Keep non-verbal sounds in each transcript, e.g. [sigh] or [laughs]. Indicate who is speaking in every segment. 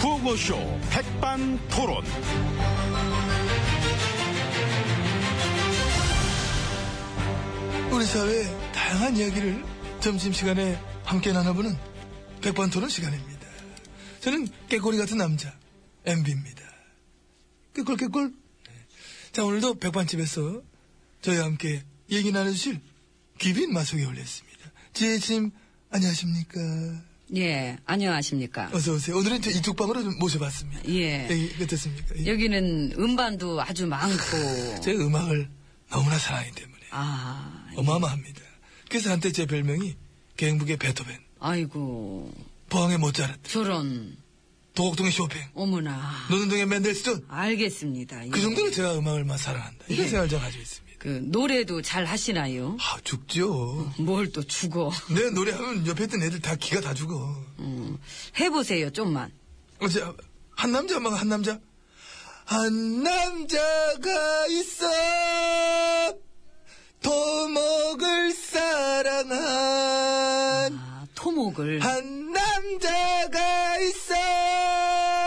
Speaker 1: 구호쇼 백반토론.
Speaker 2: 우리 사회의 다양한 이야기를 점심시간에 함께 나눠보는 백반토론 시간입니다. 저는 깨꼬리 같은 남자, MB입니다. 깨꼴, 깨꼴. 자, 오늘도 백반집에서 저희와 함께 얘기 나눠주실 귀빈 마속이 올렸습니다. 지혜님, 안녕하십니까.
Speaker 3: 예, 안녕하십니까.
Speaker 2: 어서오세요. 오늘은 저 이쪽 방으로 좀 모셔봤습니다.
Speaker 3: 예.
Speaker 2: 여기 어떻습니까? 예.
Speaker 3: 여기는 음반도 아주 많고.
Speaker 2: 제가 음악을 너무나 사랑하기 때문에
Speaker 3: 아,
Speaker 2: 어마어마합니다. 그래서 한때 제 별명이 계행북의 베토벤,
Speaker 3: 아이고,
Speaker 2: 포항의 모차르트,
Speaker 3: 저런,
Speaker 2: 도곡동의 쇼팽,
Speaker 3: 어머나.
Speaker 2: 노는동의 맨델스톤.
Speaker 3: 알겠습니다. 예.
Speaker 2: 그 정도로 제가 음악을 막 사랑한다. 이런 생각을 제가 가지고 있습니다.
Speaker 3: 그 노래도 잘 하시나요?
Speaker 2: 예. 아, 죽죠.
Speaker 3: 뭘 또 죽어.
Speaker 2: 내 노래하면 옆에 있던 애들 다 기가 다 죽어.
Speaker 3: 음, 해보세요, 좀만.
Speaker 2: 어제 한 남자 엄마가 한 남자? 한 남자가 있어 도목을 사랑한
Speaker 3: 아, 토목을.
Speaker 2: 한 남자가 있어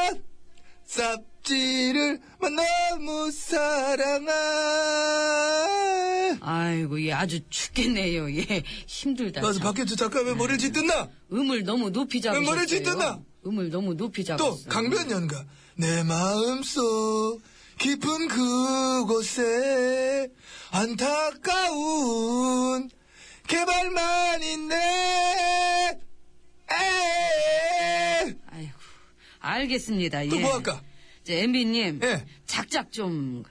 Speaker 2: 쌉지를 너무 사랑한
Speaker 3: 아이고, 예, 아주 죽겠네요. 예, 힘들다.
Speaker 2: 맞아
Speaker 3: 참.
Speaker 2: 밖에 저 잠깐 왜 머리를 짓듣나
Speaker 3: 음을 너무 높이 잡으셨어요.
Speaker 2: 머리를 짓든다.
Speaker 3: 음을 너무 높이
Speaker 2: 또
Speaker 3: 잡았어요.
Speaker 2: 강변연가 내 마음속 깊은 그곳에 안타까운 개발만 있네 에이.
Speaker 3: 아이고, 알겠습니다.
Speaker 2: 또
Speaker 3: 예.
Speaker 2: 뭐 할까?
Speaker 3: 이제 MB님.
Speaker 2: 예.
Speaker 3: 작작 좀.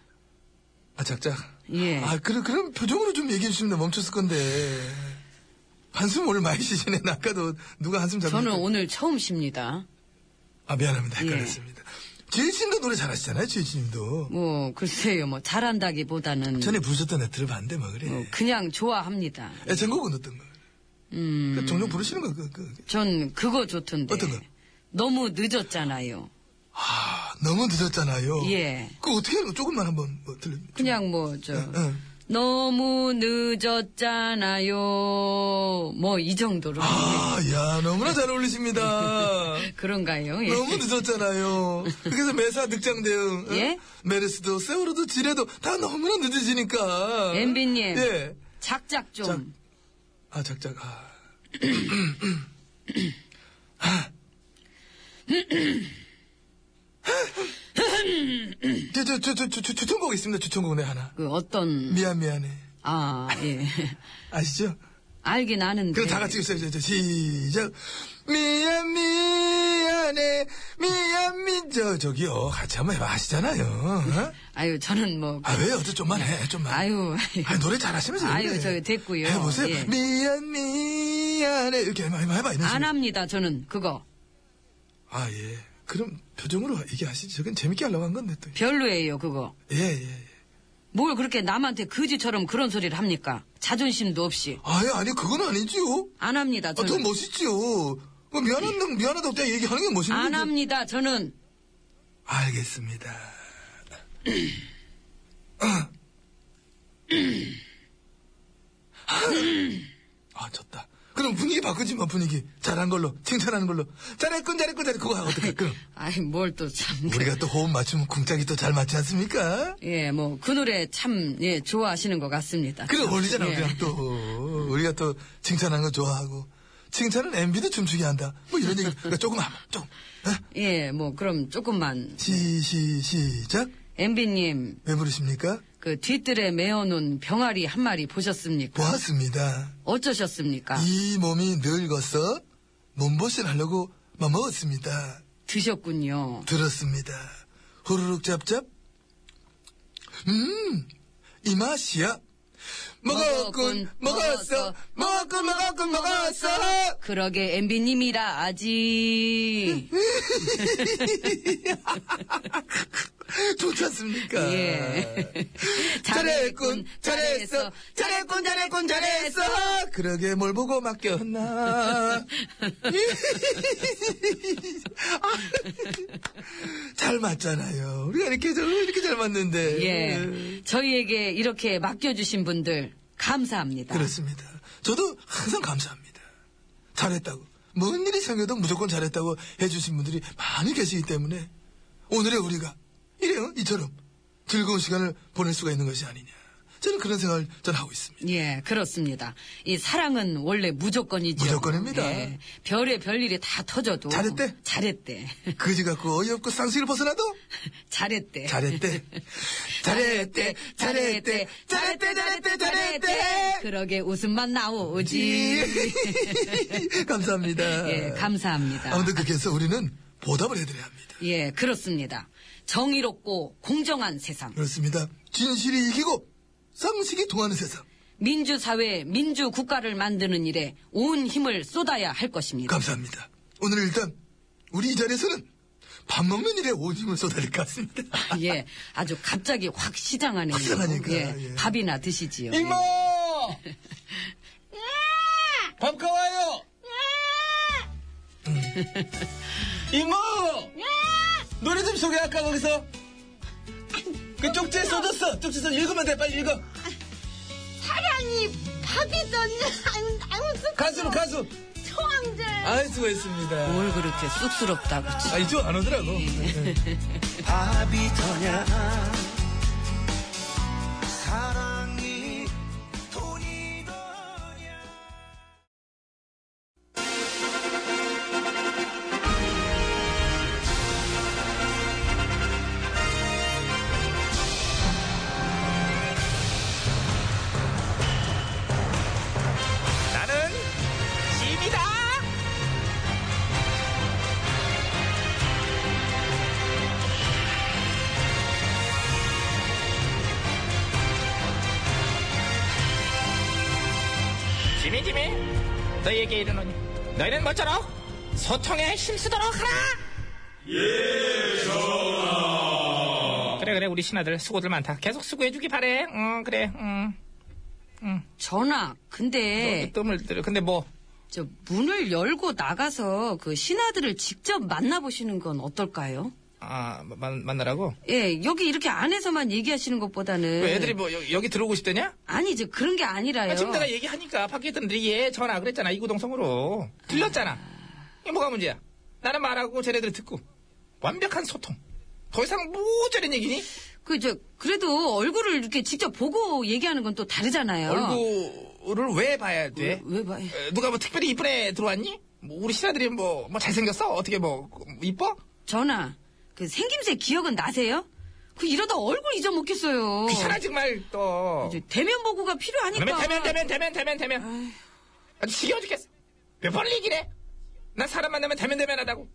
Speaker 2: 아, 작작.
Speaker 3: 예.
Speaker 2: 아, 그럼, 그럼 표정으로 좀 얘기해 주시면 나 멈췄을 건데. 한숨 오늘 많이 쉬시네. [laughs] 나 아까도 누가 한숨 잡는
Speaker 3: 저는 오늘 처음 쉽니다.
Speaker 2: 아, 미안합니다.
Speaker 3: 예.
Speaker 2: 헷갈렸습니다. 지혜 씨도 노래 잘하시잖아요, 지혜 씨님도.
Speaker 3: 뭐, 글쎄요, 뭐, 잘한다기보다는.
Speaker 2: 전에 부르셨던 애들을 봤는데, 뭐, 그래.
Speaker 3: 뭐 그냥 좋아합니다.
Speaker 2: 애창곡은 어떤 거?
Speaker 3: 음.
Speaker 2: 그 종종 부르시는 거, 그, 그.
Speaker 3: 전 그거 좋던데.
Speaker 2: 어떤 거?
Speaker 3: 너무 늦었잖아요.
Speaker 2: 아, 너무 늦었잖아요.
Speaker 3: 예.
Speaker 2: 그 어떻게, 해요? 조금만 한번 뭐 들려. 예.
Speaker 3: 그냥 뭐, 저.
Speaker 2: 응, 응.
Speaker 3: 너무 늦었잖아요. 뭐, 이 정도로.
Speaker 2: 아, 야, 너무나 잘
Speaker 3: [laughs]
Speaker 2: 어울리십니다.
Speaker 3: 그런가요? 예.
Speaker 2: 너무 늦었잖아요. 그래서 매사 늑장 대응. 응?
Speaker 3: 예?
Speaker 2: 메르스도 세월호도 지뢰도 다 너무나 늦어지니까.
Speaker 3: 엠비님.
Speaker 2: 예.
Speaker 3: 작작 좀.
Speaker 2: 작- 아 작작. 아. 저저저저 추천곡 있습니다. 추천곡 내 하나.
Speaker 3: 그 어떤.
Speaker 2: 미안 미안해.
Speaker 3: 아, 예. [laughs]
Speaker 2: 아시죠?
Speaker 3: 알긴 아는데.
Speaker 2: 그럼 다 같이 있어요. 저, 저, 시작. 미안 미안해. 미안 미. 저 저기요. 같이 한번 해봐 하시잖아요. 어?
Speaker 3: 아유, 저는 뭐.
Speaker 2: 아 왜요? 저 좀만 해. 좀만.
Speaker 3: 아유.
Speaker 2: 아, 노래 잘하시면서.
Speaker 3: 아유,
Speaker 2: 그래.
Speaker 3: 저 됐고요.
Speaker 2: 해보세요.
Speaker 3: 예.
Speaker 2: 미안, 미안해. 이렇게 해봐, 해봐, 해봐. 이런
Speaker 3: 안
Speaker 2: 식으로.
Speaker 3: 합니다, 저는. 그거.
Speaker 2: 아, 예. 그럼 표정으로 얘기하시지. 저건 재밌게 하려고 한 건데, 또.
Speaker 3: 별로예요, 그거.
Speaker 2: 예, 예, 예.
Speaker 3: 뭘 그렇게 남한테 거지처럼 그런 소리를 합니까? 자존심도 없이.
Speaker 2: 아니, 아니, 그건 아니지요.
Speaker 3: 안 합니다,
Speaker 2: 아, 더
Speaker 3: 저는.
Speaker 2: 멋있지요. 뭐 미안한, 미안하다고 딱 얘기하는 게 멋있는
Speaker 3: 안
Speaker 2: 거죠.
Speaker 3: 합니다, 저는.
Speaker 2: 알겠습니다. 아, 졌다. 그럼 분위기 바꾸지 마, 분위기. 잘한 걸로, 칭찬하는 걸로. 잘했군, 잘했군, 잘했군. 그거 어떡해, 그럼.
Speaker 3: 아이, 뭘 또 참.
Speaker 2: 우리가 또 호흡 맞추면 궁짝이 또 잘 맞지 않습니까?
Speaker 3: 예, 뭐, 그 노래 참, 예, 좋아하시는 것 같습니다.
Speaker 2: 그래 어울리잖아
Speaker 3: 예.
Speaker 2: 우리랑 또 우리가 또 칭찬하는 거 좋아하고 칭찬은 MB도 춤추게 한다 뭐 이런 얘기 그러니까 조금 하면 조금
Speaker 3: 예, 뭐, 그럼 조금만.
Speaker 2: 시시 시작
Speaker 3: MB님,
Speaker 2: 왜 부르십니까?
Speaker 3: 그 뒷뜰에 메어놓은 병아리 한 마리 보셨습니까?
Speaker 2: 보았습니다
Speaker 3: 어쩌셨습니까?
Speaker 2: 이 몸이 늙어서 몸보신 하려고 맘 먹었습니다
Speaker 3: 드셨군요.
Speaker 2: 들었습니다 후루룩 짭짭 음이 맛이야 먹었군 먹었어 먹었군 먹었군 먹었어
Speaker 3: 그러게, MB님이라 아직.
Speaker 2: 좋지 않습니까?
Speaker 3: [laughs] 예.
Speaker 2: 잘했군, 잘했어, 잘했군, 잘했군, 잘했어. 그러게 뭘 보고 맡겼나. [laughs] 잘 맞잖아요. 우리가 이렇게 저- 이렇게 잘 맞는데.
Speaker 3: 예. 저희에게 이렇게 맡겨주신 분들, 감사합니다.
Speaker 2: 그렇습니다. 저도 항상 감사합니다. 잘했다고. 뭔 일이 생겨도 무조건 잘했다고 해주신 분들이 많이 계시기 때문에 오늘의 우리가 이래요 이처럼 즐거운 시간을 보낼 수가 있는 것이 아니냐 저는 그런 생각을 전 하고 있습니다.
Speaker 3: 예, 그렇습니다. 이 사랑은 원래 무조건이죠.
Speaker 2: 무조건입니다.
Speaker 3: 예, 별의 별일이 다 터져도.
Speaker 2: 잘했대?
Speaker 3: 잘했대. [laughs]
Speaker 2: 그지 같고 어이없고 쌍수를 벗어나도
Speaker 3: 잘했대.
Speaker 2: 잘했대. 잘했대. 잘했대. 잘했대. 잘했대. 잘했대.
Speaker 3: 그러게 웃음만 나오지.
Speaker 2: 지. [laughs] 감사합니다.
Speaker 3: 예, 감사합니다.
Speaker 2: 아무튼 그렇게 해서 우리는 보답을 해드려야 합니다.
Speaker 3: 예, 그렇습니다. 정의롭고 공정한 세상.
Speaker 2: 그렇습니다. 진실이 이기고 상식이 통하는 세상.
Speaker 3: 민주사회, 민주국가를 만드는 일에 온 힘을 쏟아야 할 것입니다.
Speaker 2: 감사합니다. 오늘 일단 우리 이 자리에서는 밥 먹는 일에 온 힘을 쏟아낼 것 같습니다.
Speaker 1: 그-
Speaker 3: 예, 아주 갑자기 확 시장하네요.
Speaker 2: 확장하니까,
Speaker 3: 예,
Speaker 2: 예.
Speaker 3: 밥이나 드시지요. 예.
Speaker 4: 밤가 와요. 이모. 노래 좀 소개할까 거기서. 그 쪽지에 써줬어. 쪽지 써 읽으면 돼. 빨리 읽어.
Speaker 5: 사랑이 파괴던 아무튼
Speaker 4: 가수 가수.
Speaker 5: 초황제
Speaker 4: 아이 수고했습니다.
Speaker 3: 예, 뭘 그렇게 쑥스럽다고. 참.
Speaker 2: 아, 이쪽 안 오더라고.
Speaker 4: 밥이 더냐. 사랑이 돈이 더냐.
Speaker 1: 나는 집이다. 지미 지미 너희에게 이르노니 너희는 뭐처럼 소통에 힘쓰도록 하라. 예 전하. 그래 그래 우리 신하들 수고들 많다. 계속 수고해주기 바래. 응 그래 응.
Speaker 3: 전하,
Speaker 1: 네.
Speaker 3: 근데
Speaker 1: 뜸을 들여. 근데 뭐
Speaker 3: 저 문을 열고 나가서 그 신하들을 직접 만나보시는 건 어떨까요?
Speaker 1: 아, 만, 만나라고?
Speaker 3: 예, 여기 이렇게 안에서만 얘기하시는 것보다는
Speaker 1: 왜 애들이 뭐 여, 기 들어오고 싶대냐?
Speaker 3: 아니, 저 그런 게 아니라요.
Speaker 1: 아, 지금 내가 얘기하니까 밖에 있던 애들이 예, 전화 그랬잖아. 이구동성으로. 들렸잖아. 이게 뭐가 문제야? 나는 말하고 쟤네들이 듣고. 완벽한 소통. 더 이상 뭐 저런 얘기니?
Speaker 3: 그, 저, 그래도 얼굴을 이렇게 직접 보고 얘기하는 건 또 다르잖아요.
Speaker 1: 얼굴을 왜 봐야 돼?
Speaker 3: 왜 봐?
Speaker 1: 에, 누가 뭐 특별히 이쁜 애 들어왔니? 뭐 우리 신하들이 뭐, 뭐 잘생겼어? 어떻게 뭐, 이뻐?
Speaker 3: 전하, 그 생김새 기억은 나세요? 그 이러다 얼굴 잊어먹겠어요.
Speaker 1: 귀찮아, 정말 또.
Speaker 3: 이제 대면 보고가 필요하니까.
Speaker 1: 그러면 대면, 대면, 대면, 대면, 대면. 아주 지겨워 죽겠어. 몇 번을 얘기해? 난 사람 만나면 대면, 대면 하다고.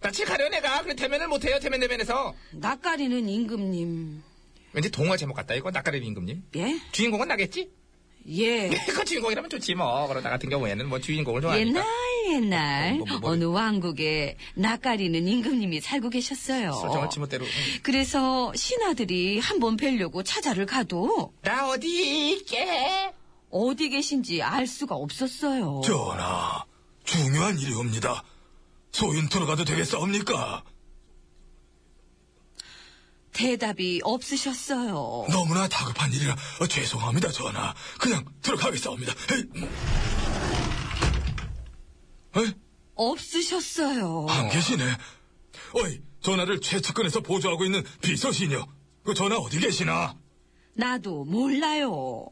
Speaker 1: 낯을 가려, 내가. 그래, 대면을 못해요, 대면, 대면에서.
Speaker 3: 낯가리는 임금님.
Speaker 1: 왠지 동화 제목 같다, 이거. 낯가리는 임금님.
Speaker 3: 예?
Speaker 1: 주인공은 나겠지? [laughs]
Speaker 3: 예.
Speaker 1: 그 주인공이라면 좋지, 뭐. 그러나 같은 경우에는 뭐 주인공을 좋아하니까.
Speaker 3: 옛날 옛날
Speaker 1: 뭐, 뭐, 뭐.
Speaker 3: 어느 왕국에 낯가리는 임금님이 살고 계셨어요.
Speaker 1: 설정을 지멋대로. 응.
Speaker 3: 그래서 신하들이 한 번 뵈려고 찾아를 가도
Speaker 1: 나 어디 있게?
Speaker 3: 어디 계신지 알 수가 없었어요.
Speaker 2: 전하, 중요한 일이옵니다. 소인 들어가도 되겠사옵니까?
Speaker 3: 대답이 없으셨어요.
Speaker 2: 너무나 다급한 일이라 어, 죄송합니다, 전하. 그냥 들어가겠사옵니다. 에이. 에이?
Speaker 3: 없으셨어요.
Speaker 2: 안 계시네. 어이, 전화를 최측근에서 보조하고 있는 비서신이요. 그 전화 어디 계시나?
Speaker 3: 나도 몰라요.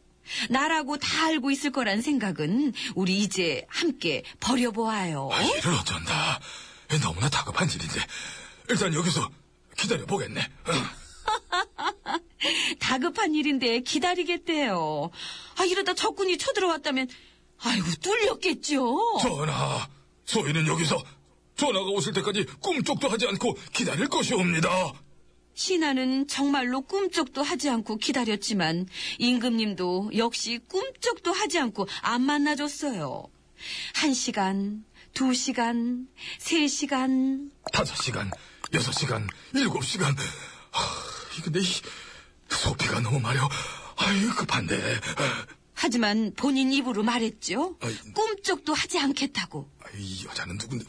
Speaker 3: 나라고 다 알고 있을 거란 생각은 우리 이제 함께 버려보아요.
Speaker 2: 아, 일을 어쩐다. 너무나 다급한 일인데. 일단 여기서 기다려보겠네. 어,
Speaker 3: 다급한 일인데 기다리겠대요. 아, 이러다 적군이 쳐들어왔다면, 아이고, 뚫렸겠죠?
Speaker 2: 전화, 소희는 여기서 전화가 오실 때까지 꿈쩍도 하지 않고 기다릴 것이옵니다.
Speaker 3: 신하는 정말로 꿈쩍도 하지 않고 기다렸지만, 임금님도 역시 꿈쩍도 하지 않고 안 만나줬어요. 한 시간, 두 시간, 세 시간,
Speaker 2: 다섯 시간, 여섯 시간, 일곱 시간. 하, 이 근데 이 소피가 너무 마려. 아이, 급한데.
Speaker 3: 하지만 본인 입으로 말했죠.
Speaker 2: 아이.
Speaker 3: 꿈쩍도 하지 않겠다고.
Speaker 2: 아, 이 여자는 누군데?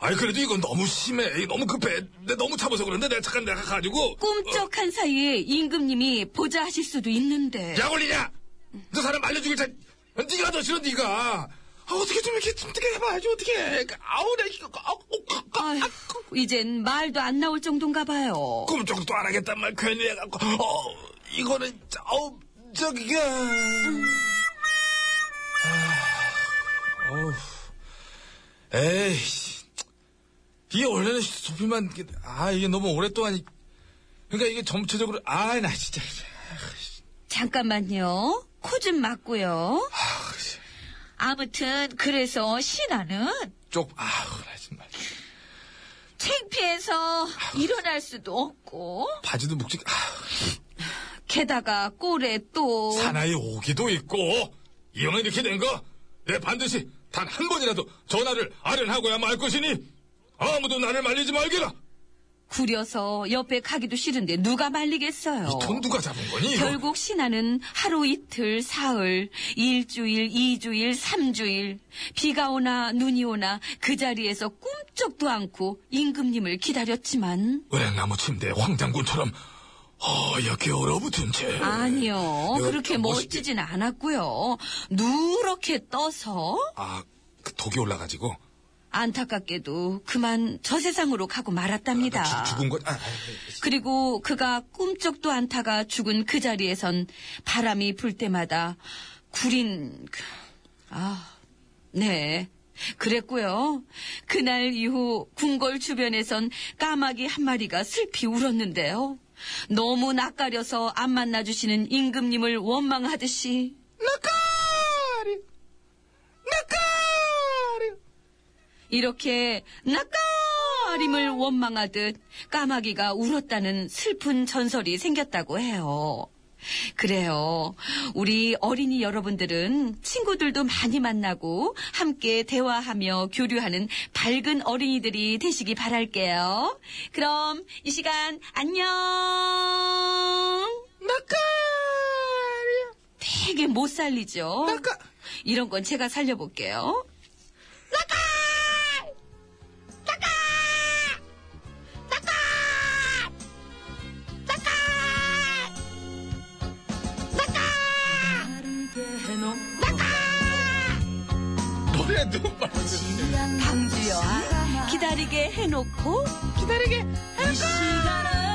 Speaker 2: 아이 그래도 이건 너무 심해. 이 너무 급해. 내 너무 참아서 그런데 내가 잠깐 내가 가지고
Speaker 3: 꿈쩍한 사이에 임금님이 보좌하실 수도 있는데.
Speaker 2: 약 올리냐? 너 사람 알려 죽일 자. 네가 더 싫어 네가.
Speaker 1: 아, 어떻게 좀 이렇게 좀 어떻게 해봐야지 어떻게 아우 나 이거 아우
Speaker 2: 어,
Speaker 1: 아,
Speaker 3: 아휴, 이젠 말도 안 나올 정도인가 봐요.
Speaker 1: 꿈쩍도 안 하겠단 말 괜히 해갖고 어 이거는 아우 저기
Speaker 2: 어우. 에이. 씨. 이게 원래는 소피만, 이게- 아, 이게 너무 오랫동안, 이- 그러니까 이게 전체적으로, 아, 나 진짜.
Speaker 3: 잠깐만요. 코 좀 막고요.
Speaker 2: 아, 씨.
Speaker 3: 아무튼 그래서 신하는
Speaker 2: 쪽, 아, 나 정말.
Speaker 3: 창피해서 일어날 수도 없고
Speaker 2: 바지도 묵직, 아,
Speaker 3: 게다가 꼴에 또
Speaker 2: 사나이 오기도 있고, 이왕 이렇게 된 거, 내 반드시 단 한 번이라도 전화를 아련하고야 말 것이니, 아무도 나를 말리지 말게라!
Speaker 3: 구려서 옆에 가기도 싫은데 누가 말리겠어요.
Speaker 2: 이 돈 누가 잡은 거니? 이거?
Speaker 3: 결국 신하는 하루 이틀 사흘 일주일 이주일 삼주일 비가 오나 눈이 오나 그 자리에서 꿈쩍도 않고 임금님을 기다렸지만
Speaker 2: 은행나무 침대에 황장군처럼 허옇게 얼어붙은 채.
Speaker 3: 아니요
Speaker 2: 내가
Speaker 3: 그렇게
Speaker 2: 좀 멋있게-
Speaker 3: 멋지진 않았고요 누렇게 떠서
Speaker 2: 아, 그 독이 올라가지고.
Speaker 3: 안타깝게도 그만 저 세상으로 가고 말았답니다.
Speaker 2: 나 죽, 은 거. 아, 아,
Speaker 3: 그리고 그가 꿈쩍도 않다가 죽은 그 자리에선 바람이 불 때마다 구린 그- 아 네. 그랬고요. 그날 이후 궁궐 주변에선 까마귀 한 마리가 슬피 울었는데요. 너무 낯가려서 안 만나주시는 임금님을 원망하듯이
Speaker 1: 나까리 나까리
Speaker 3: 이렇게 낯가림을 원망하듯 까마귀가 울었다는 슬픈 전설이 생겼다고 해요. 그래요. 우리 어린이 여러분들은 친구들도 많이 만나고 함께 대화하며 교류하는 밝은 어린이들이 되시기 바랄게요. 그럼 이 시간 안녕!
Speaker 1: 나까리
Speaker 3: 되게 못 살리죠?
Speaker 1: 나까
Speaker 3: 이런 건 제가 살려볼게요.
Speaker 1: 노래 너무 많은데
Speaker 3: 방주여 기다리게 해놓고 기다리게 해놓고